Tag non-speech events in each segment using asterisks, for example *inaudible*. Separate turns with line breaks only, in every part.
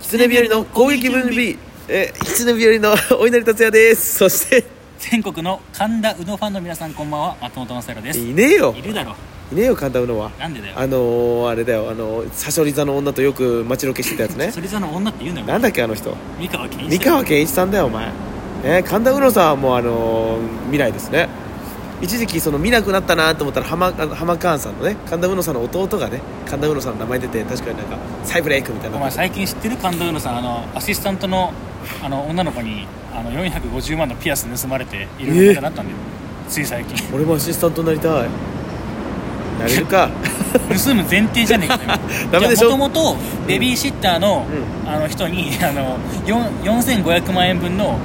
狐日和の攻撃分離えー、狐日和のお稲荷達也ですそして
全国の神田うどファンの皆さんこんばんは松本正弘です
いねえよ
いるだろ
いねえよ簡単うのは
なんでだよ
あのー、あれだよあのー、サソリ座の女とよく待ちロケしてたやつね
それじゃの女って言うなよ
なんだっけあの人
三河健一
三河健一さんだよお前、ね、神田うのさんはもうあのー、未来ですね一時期その見なくなったなと思ったら浜浜カーンさんのね神田うのさんの弟がね神田うのさんの名前出て確かになんか再ブレイクみたい
お
な
前最近知ってる神田うのさんあのアシスタントのあの女の子にあの450万のピアス盗まれていろいろなったんだよ、つい最近
俺もアシスタントになりたいなれるか
盗む前提じゃねえかよ
*laughs* ダメでしょ
もともとベビーシッターの,、
う
あの人にあの4 4500万円分の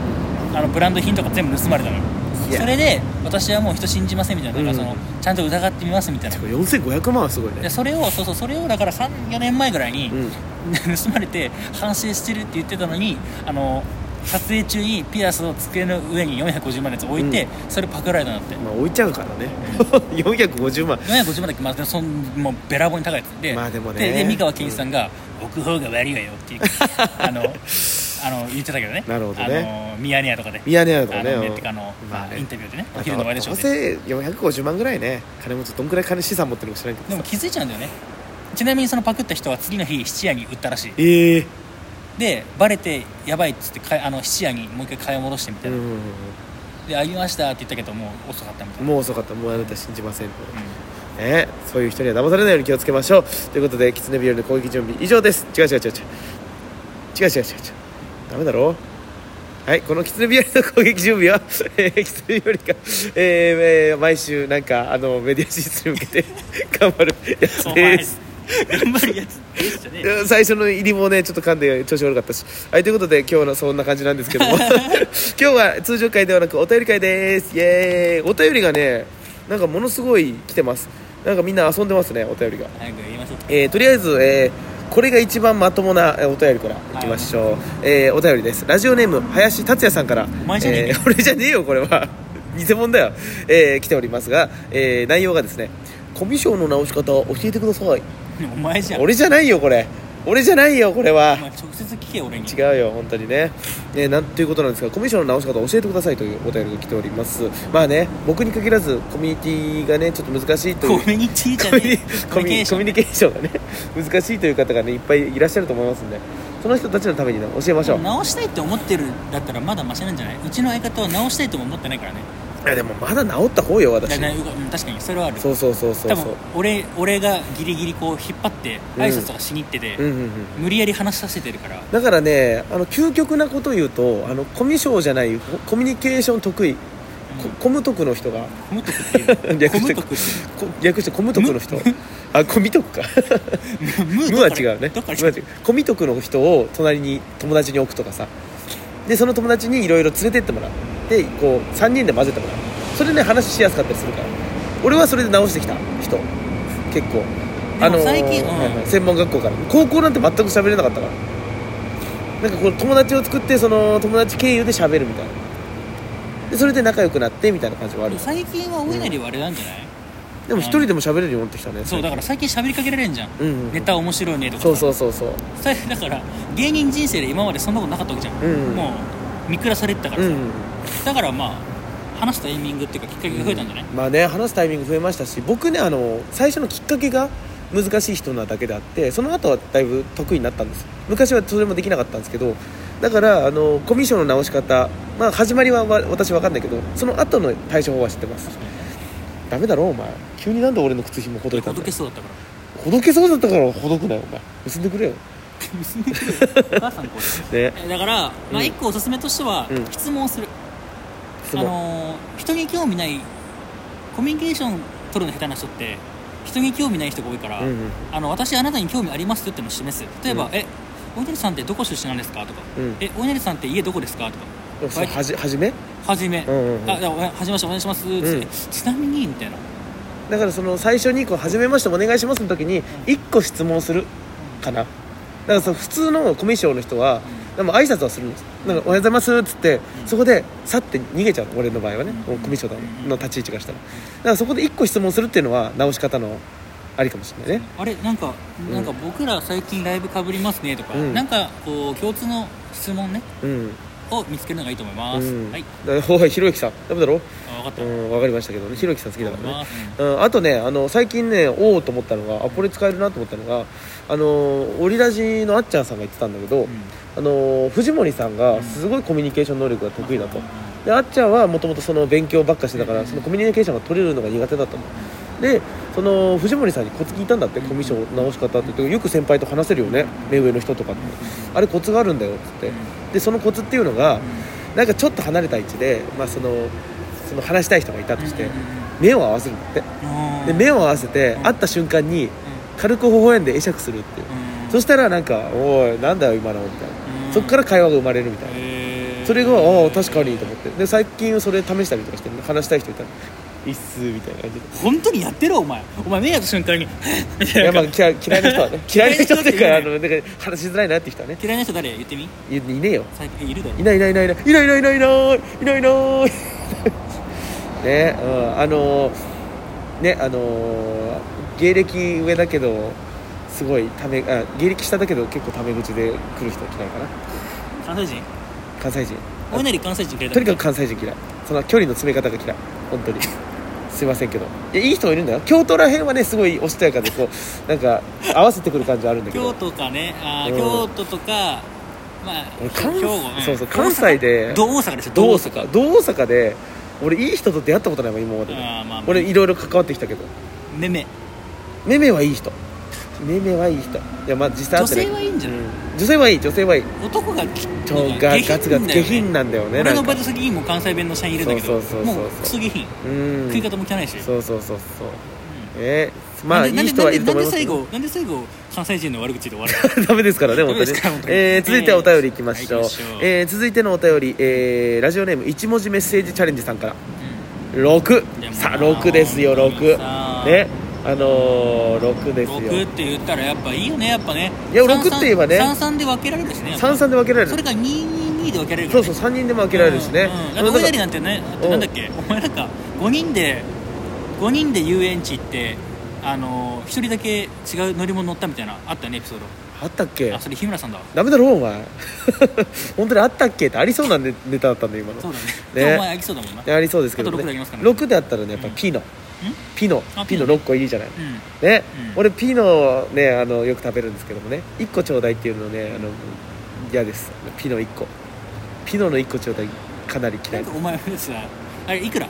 あのブランド品とか全部盗まれたのよ
いや
*laughs* それで私はもう人信じませんみたいな,、なんか
う
そのちゃんと疑ってみますみたいな
4500万はすごいね
でそれをそうそうそれをだから34年前ぐらいに、
うん
*laughs* 盗まれて反省してるって言ってたのにあの撮影中にピアスを机の上に450万のやつ置いて、それパクられたんだって
まあ置いちゃうからね *laughs* 450万
450万だっけ、まあ、でもそんもうべらぼうに高いやつで,、
まあでもね
でで三河健一さんが「置く方が悪いわよ」っていう
*laughs*
あのあの言ってたけどね
なるほどね
あのミヤネ屋とかで
ミヤネ屋とかね
あ
う
の
ん
ねてかあの、
まあね
インタビューでね
ま
お
あ
昼のワイドショ
どう
ーで
せ450万ぐらいね金持ちどんくらい金資産持ってるのか知らんけ
で
ど
も
さ
気づいちゃうんだよねちなみにそのパクった人は次の日質屋に売ったらしい
ええ
でバレてやばいっつってかいあの質屋にもう一回買い戻してみた
う
い
ん
な、で「あげました」って言ったけどもう遅かったみたいな、
もう遅かったもうあなた信じません
う
ねそういう人には騙されないように気をつけましょうということで狐日和の攻撃準備以上です違う違う違う違う違う違う違う違うダメだろはいこの狐日和の攻撃準備は *laughs* えー狐日和が、えーえー毎週なんかあのメディア進出に向けて *laughs* 頑張るやつ
ん、お前
です
頑張るやつですじゃねえよ
うん最初の入りもねちょっと噛んで調子悪かったしはいということで今日のそんな感じなんですけども今日は通常回ではなくお便り会ですイエーイお便りがねなんかものすごい来てますなんかみんな遊んでますねお便りが、
早く言いましょう
えーとりあえず、えーこれが一番まともなえーお便りからいきましょう、えーお便りですラジオネーム林達也さんから
お前じゃねえ
えー俺じゃねえよこれは偽物だよ、えー来ておりますが、えー内容がですねコミュ障の直し方教えてください
お前じゃんお
*laughs* 俺じゃないよこれ俺じゃないよこれは
前直接聞け俺に
違うよ本当にねねなんということなんですがコミュ障の直し方を教えてくださいというお便りが来ておりますまあね僕に限らずコミュニティがねちょっと難しいという
コミュニティじゃ
コミ
ね
ュ
えよ
ニコミュニコミュニケーションがね難しいという方がねいっぱいいらっしゃると思いますんでその人たちのためにね教えましょう
直したいって思ってるだったらまだマシなんじゃないうちの相方は直したいとも思ってないからね
いやでもまだ治った方よ
だ
私
なうん確かにそれはある
そうそうそうそう
多
そ
分
う
俺俺がギリギリこう引っ張って挨拶とかしに行ってて、
うんうんうん
無理やり話させてるから
だからねあの究極なこと言うとあのコミュ障じゃないココミュニケーション得意、こコム得の人が
コムトクっていう
*laughs*
の
略
コ
し
ム
て
トクっていう
こ略してコム徳の
*laughs*
人あコミ徳か
のム
*laughs* ム
ど
は
っか
違
ら
うね
どっから
ムは違うコミ徳の人を隣に友達に置くとかさでその友達にいろいろ連れてってもらうでこう3人で混ぜてもらうそれで、ね、話しやすかったりするから俺はそれで直してきた人結構
でも最近うん
はいはい専門学校から高校なんて全く喋れなかったからなんかこう友達を作ってその友達経由で喋るみたいなでそれで仲良くなってみたいな感じはあ
で
る
も最近はお稲荷はあれなんじゃない、
でも一人でも喋れるようになってきたね
そうだから最近喋りかけられるじゃん、
うんうんうん
ネタ面白いねとか
そうそううそうそう
だから芸人人生で今までそんなことなかったわけじゃん、
うんうん
もう見下されてたから
う
さ、
ん
だからまあ話すタイミングっていうかきっかけが増えたんじゃない、
まあね話すタイミング増えましたし僕ねあの最初のきっかけが難しい人なだけであってその後はだいぶ得意になったんです昔はそれもできなかったんですけどだからあのコミュ障の直し方まあ始まりはわ私わかんないけどその後の対処法は知ってますダメだろお前急になんで俺の靴紐ほどいた
ほ
んだ
ど
よ
けそうだ
*laughs*
ったか
ほ
ら
どけそうだったからほどくなよお前結んでくれよ
結んでくれお母さんこう
ね
だから、まあ、
うん
一個おすすめとしては、
うん
質問をする、
質
あ
問
のー人に興味ないコミュニケーション取るの下手な人って人に興味ない人が多いから、
うんうん
あの私あなたに興味ありますよっていうのを示す例えば「
うん
えお稲荷さんってどこ出身なんですか?」とか「
うん
えお稲荷さんって家どこですか?」とか
でもそれはじはじめ
「はじめ」
うんうんうん
あじゃあおはじめましてお願いします」つって
うん
ちなみに」みたいな
だからその最初にこう「初めましてお願いします」の時に1個質問するかなだからその普通のコミュ障の人はでも挨拶はするんですなんか「おはようございます」っつって
うん
そこで去って逃げちゃうの俺の場合はね
う
も
ん
うコミュ障だもん
うん
の立ち位置からしたらだからそこで1個質問するっていうのは直し方のありかもしれないね
あれなんか、
うん
なんか僕ら最近ライブかぶりますねとか、
うん
なんかこう共通の質問ね
うん
を見つけるのがいいと思います、
うん
はい
だからおいひろゆきさんダメだろ
あ分かった、
う
うん
ん分かりましたけどねひろゆきさん好きだからね
まあ
うん、あとねあの最近ねおおと思ったのがあこれ使えるなと思ったのがあのオリラジのあっちゃんさんが言ってたんだけど、
うん
あの藤森さん
う
が
ん
すごいコミュニケーション能力が得意だと
うん
であっちゃんはもともとその勉強ばっかしてたか
う
ら
ん
そのコミュニケーションが取れるのが苦手だったのでその藤森さんにコツ聞いたんだって
うん
コミュ障直し方って言ってよく先輩と話せるよね目上の人とかってあれコツがあるんだよっつってでそのコツっていうのがなんかちょっと離れた位置で、まあ、そのその話したい人がいたとして目を合わせるんだってで目を合わせて
うん
会った瞬間に軽く微笑んで会釈するっていうそしたらなんか「おいなんだよ今の」みたいなそっから会話が生まれるみたいなそれが「ああ確かに」と思ってで最近それ試したりとかして話したい人いたら「いいっす」みたいな感じ
本当にやってるお前お前目やった瞬間にみた
でいや
い
ま
な
あ嫌い嫌いな人は *laughs* ね嫌いな人っていうか
嫌
あ
いな
のなんか話しづらいなって人はね
嫌いな人誰言ってみ
いいねえよ
最近いるだろ
いないいないいないいないいないいないいないいないいない *laughs* ねうんあのーねあのー芸歴上だけどすごいためあ芸歴下だけど結構タメ口で来る人嫌いかな
関西人
関西人
お稲荷関西人嫌いだ
とにかく関西人嫌いその距離の詰め方が嫌い本当にすいませんけどいやいい人もいるんだよ京都ら辺はねすごいおしとやかでこうなんか合わせてくる感じはあるんだけ
京
ど
都かねあー
うん
京都とかまあ
俺
兵
関
庫ん
そうそう関西で
大阪同大阪でしょ
どう大
同大
阪
阪
どう大阪で俺いい人と出会ったことないもん今までで
あーまあ
俺いろいろ関わってきたけど
めめ
めめはいい人めめはいい人いやまあ実際会
女
ってない
性はいいんじゃない
うん女性はいい女性はいい
男がき
ちょがガツガツ下品
な
なんだよね
俺
な
の
ん
バ
か
イト先にも関西弁の社員いるんだけど
そうそうそうそう
もうクソ下品
うん
食い方も汚いし
そうそうそうそう
う
えー
ん
まあい
なんで
い人はいると思います
なんで
け
なん
ど
でなんで最後なんで最後関西人の悪口で終わ
*laughs*
る
ダメですからね本当
ダメで
に
すから本当に
えー続いてはお便りいきましょう
はい行きましょう
えー続いてのお便りえーラジオネーム一文字メッセージチャレンジさんから
ういや
6さあ
もう
6ですよ
本当にさ
6ねあのー、6で
ん
す
6
よ
って言ったらやっぱいいよねやっぱね
いや6って言えばね
33で分けられるしねやっぱ
33で分けられ
そ
る
れが222で分けられるか
そ
ら
う
ね
そう3人でも分けられるしね
うんうん
あの
だっておいな
だ
り
か
なんてねあ
う
と
ん
なんだっけお前なんか5人で5人で遊園地行ってあの1人だけ違う乗り物乗ったみたいなあったよねエピソード
あったっけ
あそれ日村さんだわ
ダメだろお前 *laughs* 本当にあったっけってありそうなネネタだったんだよ今の
そうだね
ね
お前飽きそうだもんな
ねありそうですけど
あと六であり
ね
ますからね
6であったらねやっぱピノピノ
あ
ピノ
ピノ
6個いいじゃない
うん
ね、
うん
俺ピノねあのよく食べるんですけどもね1個ちょうだいっていうのねあの嫌ですピノ1個ピノの1個ちょうだいかなり嫌
なん
い
かお前さあれいくら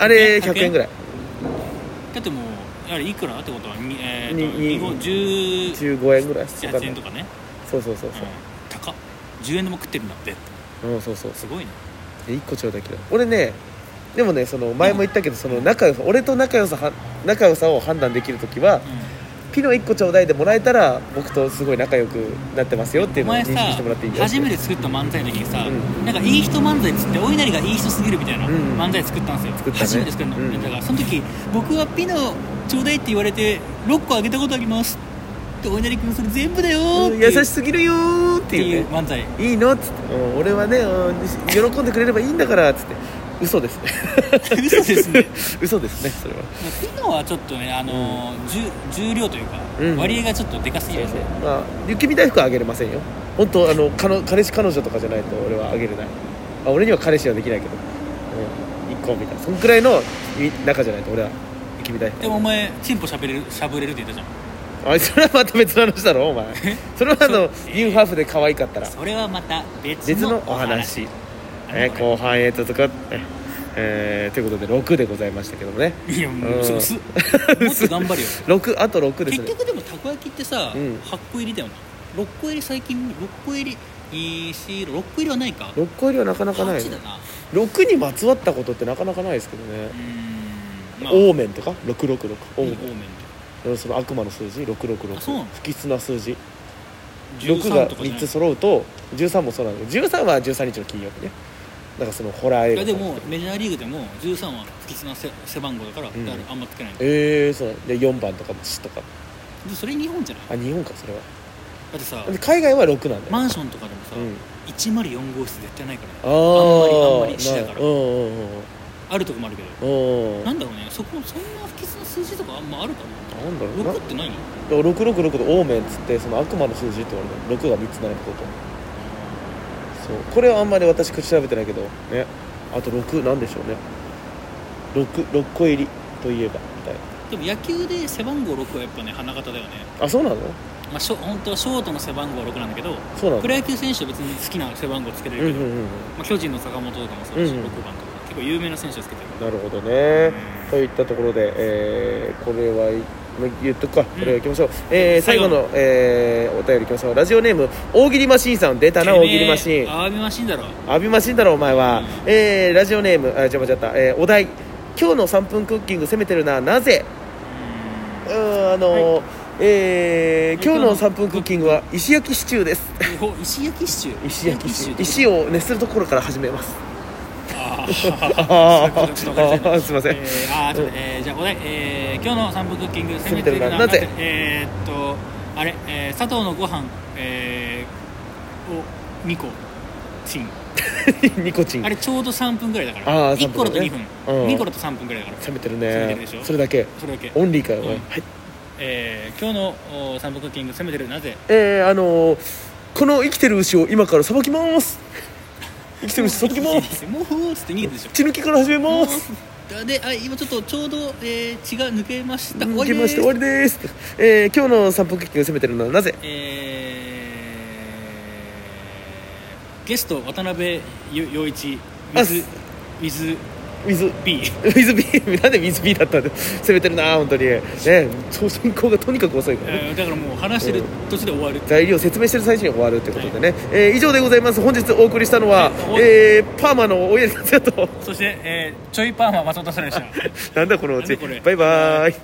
あれ
100
100
円
円ぐらい
だってもうあれいくらってことはにえーと
にに
15
15円ぐらい
17 8円とかね
そうそうそう
うん
そう、
高っ10円でも食ってるんだって
うん、そうそう
すごいね
で1個ちょうだい嫌い俺ねでもねその前も言ったけどその仲良さ俺と仲良さは仲良さを判断できる時はピノ1個ちょうだいでもらえたら僕とすごい仲良くなってますよってい
お
うのを認識
前さ
してもらっていいよ
初めて作った漫才の時にさ、
うん
なんかいい人漫才っつってお稲荷がいい人すぎるみたいな
うん
漫才作ったんですよ、
作ったね
初めて作るの、
うん
だからその時僕はピノちょうだいって言われて6個あげたことありますってお稲荷君それ全部だよーって
うん
いう
優しすぎるよーっていうね
っていう漫才
いいのっつって、うん俺はね、うん喜んでくれればいいんだからっつって嘘ですね
*laughs* 嘘ですね
*laughs* 嘘ですねそれは
ピノはちょっとねあのー重重量というか、
うん
割合がちょっとでかすぎ
そう
る
そうまあ雪見大福はあげれませんよ本当あの彼彼氏彼女とかじゃないと俺はあげれない、まあ、俺には彼氏はできないけど、うん、1個みたいなそんくらいのい中じゃないと俺は雪見大福
でもお前チンポしゃべれるしゃぶれるって言ったじゃん
あそれはまた別の話だろお
*laughs*
前それはあのニューハーフで可愛かったら
それはまた別
別
の
のお話
お話
ね、後半へ続く、えー、ということで6でございましたけどもね
いやも
う
うんそ
*laughs*
うすもっと頑張るよ
6あと6です
結
ね
局でもたこ焼きってさ、
うん
8個入りだよね6個入り最近6個入り6個入りはないか
6個入りはなかなかない
8だな
6にまつわったことってなかなかないですけどね
う、ーんまあ
オーメンとか666オ
多
ー
め
メン、その悪魔の数字666
あそうなの
不吉な数字6
13
が
とかじ
3
ゃない
つ揃うと13もそうなんだけど13は13日の金曜日ねなんかそのホラー映
い
画
やでもメジャーリーグでも13は不吉なせ背番号だから、
ん
だからあんまつけないで
ええー、そうなんだで4番とかも1とか
それ日本じゃない
あ日本かそれは
だってさ
で海外は6なんだよ、
マンションとかでもさ、
うん
104号室絶対ないからね
あー
あんまりあんまりしないから
うんうんうんうん
あるとこもあるけど
おー
なんだろうねそこそんな不吉な数字とかあんまあるか
なんだろう
な
な
6って何
いや666でオーメンっつってその悪魔の数字って言われた6が3つ並ぶことそうこれはあんまり私口調べてないけどねあと6なんでしょうね 6, 6個入りといえばみたい
でも野球で背番号6はやっぱね花形だよね、
なあそうなの
まあ、ショ本当はショートの背番号は6なんだけど
そうなの
プロ野球選手は別に好きな背番号つけれ
うんう
るけ
ん
ど、
うんうん
まあ、巨人の坂本とかもそうだし、
うんうん
6番とか結構有名な選手はつけてるから
なるほどねといったところで、えーこれはま言っとくかこれは行きましょう、えー最
最後
後の、えーお便り行きましょうラジオネーム大喜利マシーンさん出たな大喜利マシーン
アワビマシンだろ
浴びましいんだろお前は、
うん
えーラジオネームあ違う間違った、えーお題今日の3分クッキング攻めてるななぜうーんあのーえー今日の3分クッキングは石焼きシチューです
うんお石焼きシチュー
石焼きシチュー
石
石を熱するところから始めます *laughs*
あ
あ
ー
あ
ちょっと分かりづらいな
すいません
えーあーちょっと、えーじゃあお題、えー今日の散歩クッキング攻めてるの
攻めてる
は
ななぜ
えーっとあれ、えー佐藤のご飯、えーを2個チン
ニコチン
あ
攻
れちょうど3分ぐらいだか
あ
ら
ー
1個だと2分、
うん
2個だと3分ぐらいだから
めてる
攻めて
ね
るでしょ
それだけ
それだけ、
オンリーかよ、お前
うん
はい
えー今日のお散歩クッキング攻めてるなぜ
えー、あのーこの生きてる牛を今からさばき
*laughs*
ます生きてる牛さばきます
もうっつって逃げてでしょ
血抜きから始めます
であ今ちょっとちょうど、えー血が抜けました
抜けました終
終わ
わ
り
りです、えー今日の散歩クッキング攻めてるのはなぜ
ですえーゲスト渡辺ゆ陽一
あ
with with
水
B
ウィズビー *laughs* なんでウィズビーだったんで攻めてるな本当にねそう進行がとにかく遅いからね
えーだからもう話してる途中で終わる
材料説明してる最中に終わるということでね、えー以上でございます本日お送りしたのは、
はい
えーパーマのおやり達也と *laughs*
そして、えー、ちょいパーマ松本さんでした
なんだこのう
な
ち
んだこれ
バイバーイ